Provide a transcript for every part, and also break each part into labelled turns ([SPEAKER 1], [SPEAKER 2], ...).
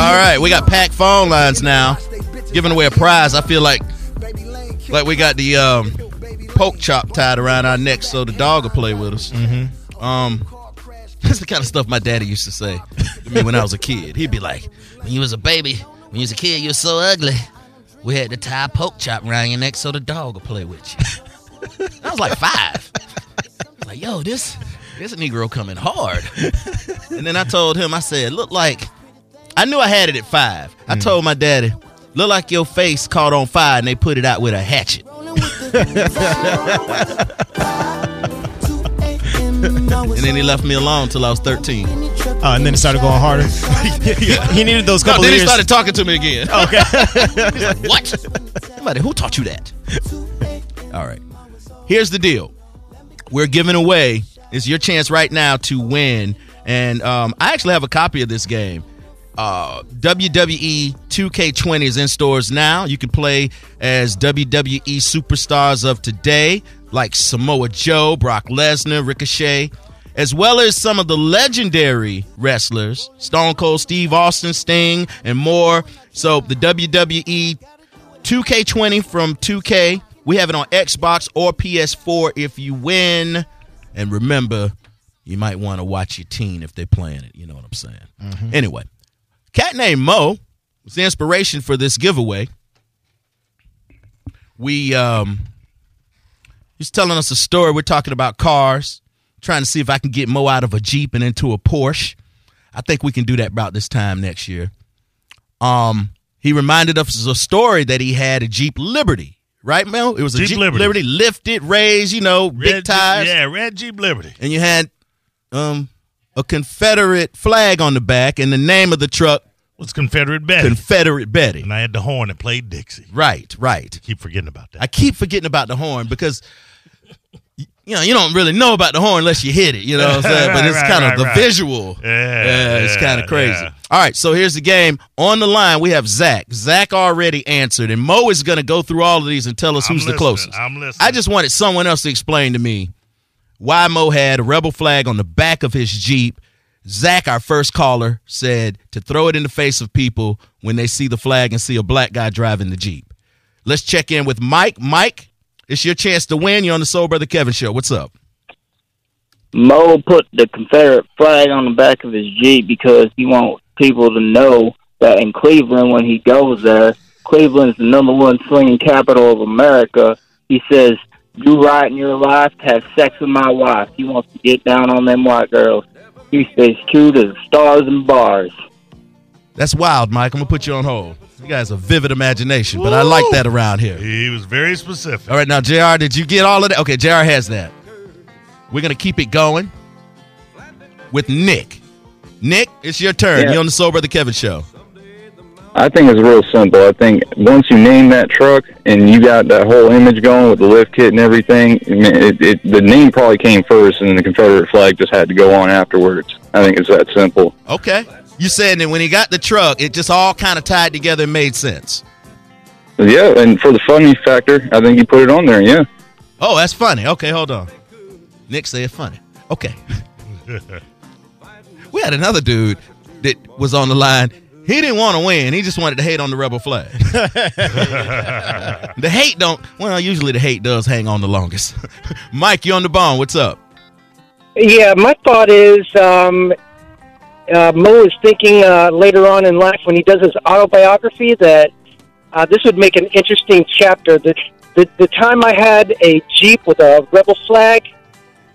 [SPEAKER 1] right, we got packed phone lines now, giving away a prize. I feel like like we got the um, poke chop tied around our necks so the dog will play with us. Mm-hmm. Um, that's the kind of stuff my daddy used to say to me when I was a kid. He'd be like, "When you was a baby, when you was a kid, you were so ugly. We had to tie a poke chop around your neck so the dog will play with you." I was like five. I was like, "Yo, this this Negro coming hard." and then I told him, I said, "Look like." I knew I had it at five.
[SPEAKER 2] Mm.
[SPEAKER 1] I told my daddy, look like your face caught on fire and they put it out with a hatchet. and then he left me alone till I was 13. No,
[SPEAKER 2] Oh, and then it started going harder. He needed those couple
[SPEAKER 1] then he
[SPEAKER 2] years.
[SPEAKER 1] started talking to me again.
[SPEAKER 2] okay.
[SPEAKER 1] what? Somebody, who taught you that? All right. Here's the deal. We're giving away. It's your chance right now to win. And um, I actually have a copy of this game. Uh, E WWE 2K20 is in stores now. You can play as WWE superstars of today, like Samoa Joe, Brock Lesnar, Ricochet, as well as some of the legendary wrestlers, Stone Cold Steve Austin, Sting, and more. So the E WWE 2K20 from 2K. We have it on Xbox or PS4 if you win. And remember, you might want to watch your team if they're playing it. You know what I'm saying? Anyway, cat named Mo was the inspiration for this giveaway. We um he's telling us a story. We're talking about cars, trying to see if I can get Mo out of a Jeep and into a Porsche. I think we can do that about this time next year. Um, he reminded us of a story that he had a Jeep Liberty, right, Mel? It was a Jeep,
[SPEAKER 3] Jeep
[SPEAKER 1] Liberty.
[SPEAKER 3] Liberty.
[SPEAKER 1] lifted, raised, you know, big tires,
[SPEAKER 3] Yeah, Red Jeep Liberty.
[SPEAKER 1] and you had um a Confederate flag on the back, and the name of the truck
[SPEAKER 3] was Confederate Betty.
[SPEAKER 1] Confederate Betty.
[SPEAKER 3] and I had the horn that played Dixie.
[SPEAKER 1] Right, right.
[SPEAKER 3] Keep forgetting about that.
[SPEAKER 1] I keep forgetting about the horn because. y- You know, you don't really know about the horn unless you hit it. You know what I'm saying? But it's
[SPEAKER 3] Right,
[SPEAKER 1] kind of
[SPEAKER 3] right,
[SPEAKER 1] the
[SPEAKER 3] right.
[SPEAKER 1] visual.
[SPEAKER 3] Yeah,
[SPEAKER 1] it's
[SPEAKER 3] yeah,
[SPEAKER 1] kind of crazy.
[SPEAKER 3] yeah.
[SPEAKER 1] All right, so here's the game. On the line, we have Zach. Zach already answered, and Mo is going to go through all of these and tell us
[SPEAKER 3] I'm
[SPEAKER 1] who's the
[SPEAKER 3] listening,
[SPEAKER 1] closest.
[SPEAKER 3] I'm listening.
[SPEAKER 1] I just wanted someone else to explain to me why Mo had a rebel flag on the back of his Jeep. Zach, our first caller, said to throw it in the face of people when they see the flag and see a black guy driving the Jeep. Let's check in with Mike. Mike, it's your chance to win. You're on the Soul Brother Kevin show. What's up?
[SPEAKER 4] Mo put the Confederate flag on the back of his Jeep because he wants people to know that in Cleveland, when he goes there, Cleveland's the number one swinging capital of America. He says, "Do right in your life, have sex with my wife." He wants to get down on them white girls. He stays true to the stars and bars.
[SPEAKER 1] That's wild, Mike. I'm gonna put you on hold. You guys have vivid imagination, but I like that around here.
[SPEAKER 3] He was very specific.
[SPEAKER 1] All right, now Jr. Did you get all of that? Okay, Jr. has that. We're gonna keep it going with Nick. Nick, it's your turn.
[SPEAKER 5] Yeah.
[SPEAKER 1] You're on the Soul Brother Kevin show.
[SPEAKER 5] I think it's real simple. I think once you name that truck and you got that whole image going with the lift kit and everything, I mean, it, it, the name probably came first, and the Confederate flag just had to go on afterwards. I think it's that simple.
[SPEAKER 1] Okay. You said that when he got the truck, it just all kind of tied together and made sense.
[SPEAKER 5] Yeah, and for the funny factor, I think you put it on there. Yeah,
[SPEAKER 1] Oh, that's funny. Okay, hold on. Nick said funny. Okay. we had another dude that was on the line. He didn't want to win. He just wanted to hate on the rebel flag. the hate don't. Well, usually the hate does hang on the longest. Mike, you on the bone? What's up?
[SPEAKER 6] Yeah, my thought is um, uh, Mo is thinking uh, later on in life when he does his autobiography that uh, this would make an interesting chapter. The, the, the time I had a Jeep with a rebel flag,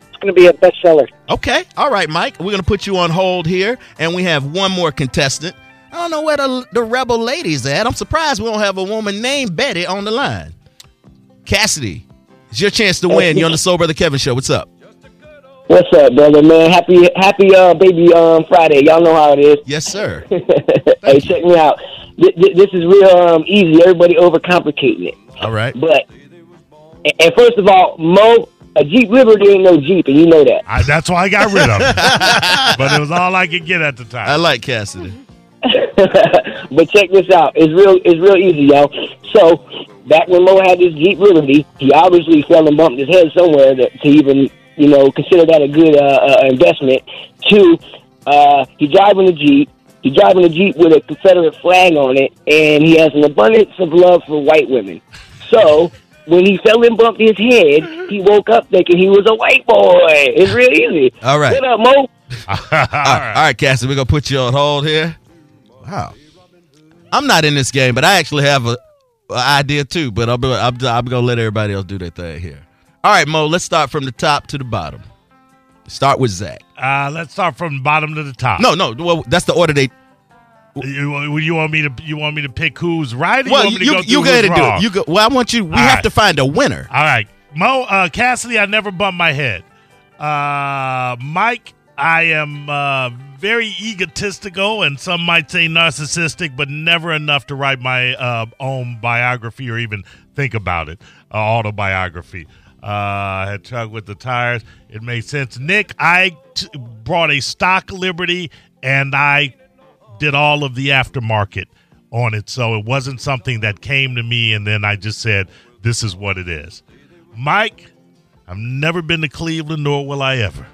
[SPEAKER 6] it's going to be a bestseller.
[SPEAKER 1] Okay. All right, Mike. We're going to put you on hold here, and we have one more contestant. I don't know where the, the rebel lady's at. I'm surprised we don't have a woman named Betty on the line. Cassidy, it's your chance to win. You're on the Soul Brother Kevin show. What's up?
[SPEAKER 4] What's up, brother man? Happy happy uh, baby um, Friday. Y'all know how it is.
[SPEAKER 1] Yes, sir.
[SPEAKER 4] hey, check me out. Th- th- this is real um, easy. Everybody overcomplicating it.
[SPEAKER 1] All right.
[SPEAKER 4] But and, and first of all, Mo, a Jeep Liberty ain't no Jeep, and you know that.
[SPEAKER 3] I, that's why I got rid of it. but it was all I could get at the time.
[SPEAKER 1] I like Cassidy.
[SPEAKER 4] but check this out. It's real. It's real easy, y'all. So back when Mo had this Jeep Liberty, he obviously fell and bumped his head somewhere to, to even you know consider that a good uh, uh, investment. Two, uh, he driving the Jeep.
[SPEAKER 7] He's driving a Jeep with a Confederate flag on it, and he has an abundance of love for white women. So when he fell and bumped his head, he woke up thinking he was a white boy. It's real easy.
[SPEAKER 1] All right.
[SPEAKER 7] What up, Mo?
[SPEAKER 1] All right, all right, Cassie, we're gonna put you on hold here. Wow, I'm not in this game, but I actually have a, a idea too. But I'm, I'm, I'm gonna let everybody else do their thing here. All right, Mo, let's start from the top to the bottom. Start with Zach.
[SPEAKER 3] Uh, let's start from bottom to the top.
[SPEAKER 1] No, no, well, that's the order they.
[SPEAKER 3] you, you want me to you want me to pick who's right? Or
[SPEAKER 1] Well,
[SPEAKER 3] you, want me
[SPEAKER 1] you
[SPEAKER 3] to go
[SPEAKER 1] you
[SPEAKER 3] through
[SPEAKER 1] go ahead
[SPEAKER 3] who's
[SPEAKER 1] and do
[SPEAKER 3] wrong?
[SPEAKER 1] it. You go. Well, I want you. We
[SPEAKER 3] All
[SPEAKER 1] have
[SPEAKER 3] right.
[SPEAKER 1] to find a winner.
[SPEAKER 3] All right, Mo uh, Cassidy. I never bumped my head. Uh, Mike, I am uh, very egotistical, and some might say narcissistic, but never enough to write my uh, own biography or even think about it. Uh, autobiography. Uh, I had truck with the tires. It made sense. Nick, I t- brought a stock Liberty, and I did all of the aftermarket on it. So it wasn't something that came to me and then I just said, this is what it is. Mike, I've never been to Cleveland, nor will I ever.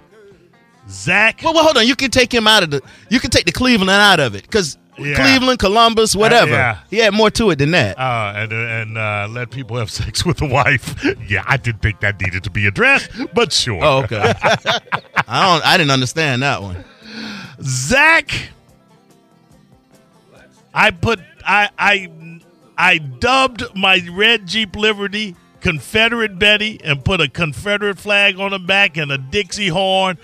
[SPEAKER 3] Zach,
[SPEAKER 1] Well, well, hold on. You can take him out of the. You can take the Cleveland out of it because
[SPEAKER 3] Yeah.
[SPEAKER 1] Cleveland, Columbus, whatever.
[SPEAKER 3] yeah.
[SPEAKER 1] He had more to it than that.
[SPEAKER 3] uh, and, and uh, let people have sex with a wife. yeah, I didn't think that needed to be addressed, but sure.
[SPEAKER 1] Oh, okay. I don't. I didn't understand that one.
[SPEAKER 3] Zach, I put I I I dubbed my red Jeep Liberty Confederate Betty and put a Confederate flag on the back and a Dixie horn.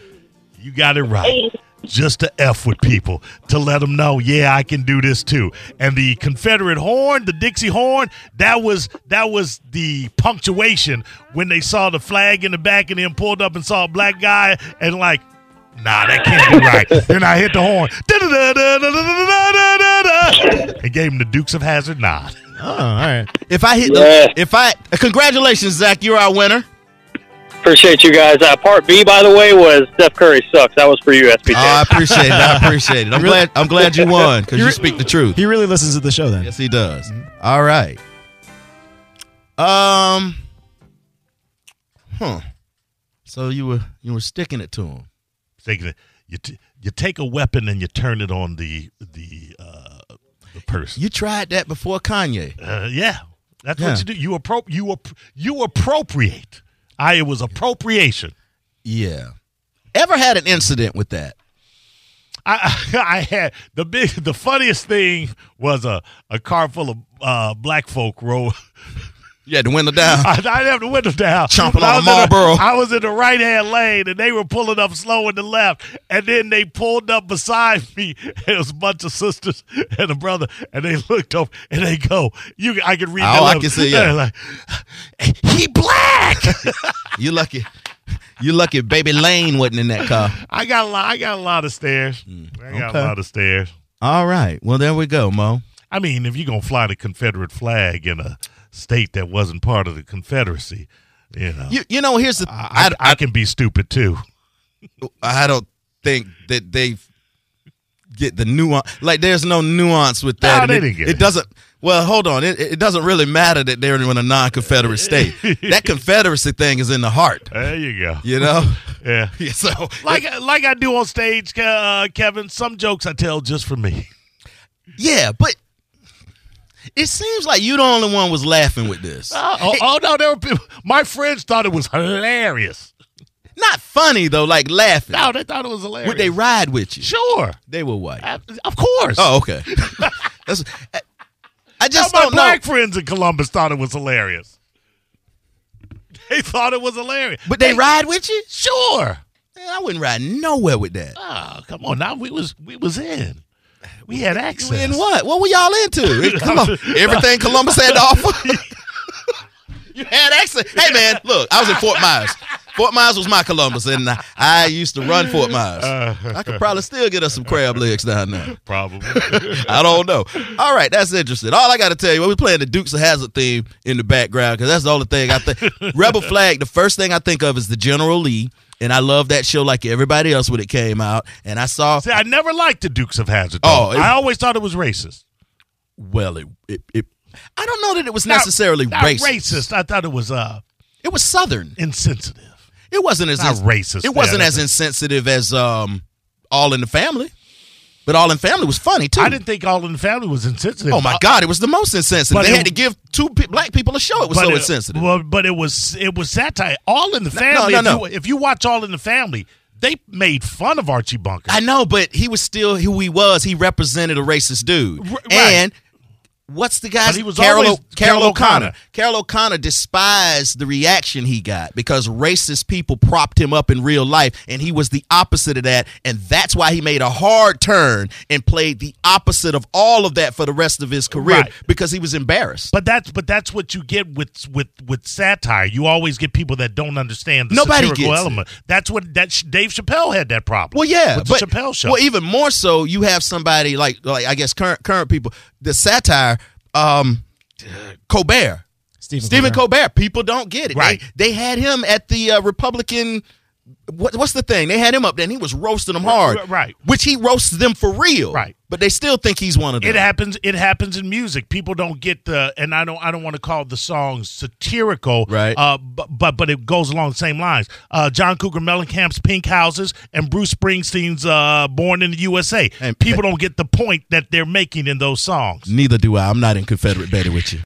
[SPEAKER 3] You got it right. Just to f with people to let them know, yeah, I can do this too. And the Confederate horn, the Dixie horn, that was that was the punctuation when they saw the flag in the back and then pulled up and saw a black guy and like, nah, that can't be right. then I hit the horn, Da-da-da-da-da-da-da-da-da-da. and gave him the Dukes of Hazard nod.
[SPEAKER 2] Oh, all right.
[SPEAKER 1] If I hit,
[SPEAKER 4] Yeah.
[SPEAKER 1] the, if I, congratulations, Zach, you're our winner.
[SPEAKER 4] Appreciate you guys. Uh, part B, by the way, was Steph Curry sucks. That was for you, SBJ.
[SPEAKER 1] Oh, I appreciate it. I appreciate it. I'm glad. I'm glad you won because you speak the truth.
[SPEAKER 2] He really listens to the show then.
[SPEAKER 1] Yes, he does. All right. Um. Huh. So you were you were sticking it to him.
[SPEAKER 3] Thinking that you t- you take a weapon and you turn it on the the uh, the person.
[SPEAKER 1] You tried that before Kanye.
[SPEAKER 3] Uh, yeah, that's
[SPEAKER 1] Yeah.
[SPEAKER 3] what you do. You appro- you app- you appropriate. I it was appropriation.
[SPEAKER 1] Yeah. Ever had an incident with that?
[SPEAKER 3] I, I had the big the funniest thing was a a car full of uh, black folk roll.
[SPEAKER 1] You had the window down.
[SPEAKER 3] I, I didn't have the window down.
[SPEAKER 1] Chomping
[SPEAKER 3] But I
[SPEAKER 1] on a
[SPEAKER 3] was in the-
[SPEAKER 1] Marlboro.
[SPEAKER 3] I was in the right hand lane and they were pulling up slow in the left. And then they pulled up beside me. And it was a bunch of sisters and a brother. And they looked over and they go, You I can read
[SPEAKER 1] Oh,
[SPEAKER 3] their
[SPEAKER 1] I
[SPEAKER 3] lips.
[SPEAKER 1] can see, yeah.
[SPEAKER 3] They're like, he black.
[SPEAKER 1] You lucky. You lucky. Baby Lane wasn't in that car.
[SPEAKER 3] I got a lot I got a lot of stairs. I got
[SPEAKER 1] Hmm, okay.
[SPEAKER 3] a lot of stairs.
[SPEAKER 1] All right. Well, there we go, Mo.
[SPEAKER 3] I mean, if you're gonna fly the Confederate flag in a state that wasn't part of the Confederacy, you know.
[SPEAKER 1] You you know here's the
[SPEAKER 3] I, I, I can be stupid too.
[SPEAKER 1] I don't think that they get the nuance. Like, there's no nuance with that.
[SPEAKER 3] Nah,
[SPEAKER 1] And
[SPEAKER 3] they
[SPEAKER 1] it,
[SPEAKER 3] didn't get it.
[SPEAKER 1] doesn't. Well, hold on. It, it doesn't really matter that they're in a non-Confederate state. that Confederacy thing is in the heart.
[SPEAKER 3] There you go.
[SPEAKER 1] You know.
[SPEAKER 3] Yeah.
[SPEAKER 1] Yeah, so,
[SPEAKER 3] like like I do on stage, Ke- uh, Kevin. Some jokes I tell just for me.
[SPEAKER 1] yeah, but it seems like you the only one was laughing with this.
[SPEAKER 3] Oh, oh, oh, no, there were people. My friends thought it was hilarious.
[SPEAKER 1] Not funny though. Like laughing.
[SPEAKER 3] No, they thought it was hilarious.
[SPEAKER 1] Would they ride with you?
[SPEAKER 3] Sure,
[SPEAKER 1] They were white.
[SPEAKER 3] Uh, of course.
[SPEAKER 1] Oh, okay. That's, I, I
[SPEAKER 3] Now,
[SPEAKER 1] just
[SPEAKER 3] my
[SPEAKER 1] don't know.
[SPEAKER 3] black friends in Columbus thought it was hilarious. They thought it was hilarious.
[SPEAKER 1] But they ride with you?
[SPEAKER 3] sure.
[SPEAKER 1] Man, I wouldn't ride nowhere with that.
[SPEAKER 3] Oh, come on. Now we was we was in. We had access.
[SPEAKER 1] You in what? What were y'all into? Come on. Everything Columbus had to offer. you had access. Hey man, look, I was in Fort Myers. Fort Myers was my Columbus, and I- I used to run Fort Myers. I could probably still get us some crab legs down there.
[SPEAKER 3] Probably.
[SPEAKER 1] I don't know. All right, that's interesting. All I got to tell you, we're playing the Dukes of Hazard theme in the background because that's the only thing I think. Rebel Flag. The first thing I think of is the General Lee, and I love that show like everybody else when it came out. And I saw
[SPEAKER 3] See, I never liked the Dukes of Hazard.
[SPEAKER 1] Oh, it-
[SPEAKER 3] I always thought it was racist.
[SPEAKER 1] well, it, it, it I don't know that it was
[SPEAKER 3] Not-
[SPEAKER 1] necessarily
[SPEAKER 3] not
[SPEAKER 1] racist.
[SPEAKER 3] racist. I thought it was uh
[SPEAKER 1] It was Southern.
[SPEAKER 3] insensitive.
[SPEAKER 1] It wasn't as
[SPEAKER 3] Not racist,
[SPEAKER 1] It wasn't
[SPEAKER 3] yeah,
[SPEAKER 1] as
[SPEAKER 3] that's-
[SPEAKER 1] insensitive as um All in the Family. But All in Family was funny too.
[SPEAKER 3] I didn't think All in the Family was insensitive.
[SPEAKER 1] Oh my God! It was the most insensitive.
[SPEAKER 3] But
[SPEAKER 1] They
[SPEAKER 3] it-
[SPEAKER 1] had to give two pe- black people a show. It was
[SPEAKER 3] But
[SPEAKER 1] so
[SPEAKER 3] it-
[SPEAKER 1] insensitive.
[SPEAKER 3] Well, but it was it was satire. All in the
[SPEAKER 1] no,
[SPEAKER 3] family.
[SPEAKER 1] no,
[SPEAKER 3] if,
[SPEAKER 1] no.
[SPEAKER 3] You, if you watch All in the Family, they made fun of Archie Bunker.
[SPEAKER 1] I know, but he was still who he was. He represented a racist dude.
[SPEAKER 3] R- right.
[SPEAKER 1] And what's the guy's
[SPEAKER 3] But he was
[SPEAKER 1] Carol,
[SPEAKER 3] always-
[SPEAKER 1] Carol,
[SPEAKER 3] Carol
[SPEAKER 1] O'Connor.
[SPEAKER 3] O'Connor.
[SPEAKER 1] Carol O'Connor despised the reaction he got because racist people propped him up in real life, and he was the opposite of that. And that's why he made a hard turn and played the opposite of all of that for the rest of his career
[SPEAKER 3] Right.
[SPEAKER 1] because he was embarrassed.
[SPEAKER 3] But that's but that's what you get with with with satire. You always get people that don't understand the
[SPEAKER 1] Nobody
[SPEAKER 3] satirical
[SPEAKER 1] gets it.
[SPEAKER 3] element. That's what that Sh- Dave Chappelle had that problem.
[SPEAKER 1] Well, yeah,
[SPEAKER 3] with the
[SPEAKER 1] but
[SPEAKER 3] Chappelle show.
[SPEAKER 1] Well, even more so, you have somebody like like I guess current current people. The satire, um, Colbert,
[SPEAKER 2] Stephen,
[SPEAKER 1] Stephen Colbert. People don't get it.
[SPEAKER 3] Right.
[SPEAKER 1] They, they had him at the uh, Republican. What, what's the thing? They had him up there, and he was roasting them hard.
[SPEAKER 3] r- right.
[SPEAKER 1] Which he roasts them for real.
[SPEAKER 3] Right.
[SPEAKER 1] But they still think he's one of them.
[SPEAKER 3] It happens. It happens in music. People don't get the, and I don't. I don't want to call the songs satirical,
[SPEAKER 1] Right.
[SPEAKER 3] Uh, but but, but it goes along the same lines. Uh, John Cougar Mellencamp's "Pink Houses" and Bruce Springsteen's uh, "Born in the USA."
[SPEAKER 1] And-
[SPEAKER 3] People don't get the point that they're making in those songs.
[SPEAKER 1] Neither do I. I'm not in Confederate better with you.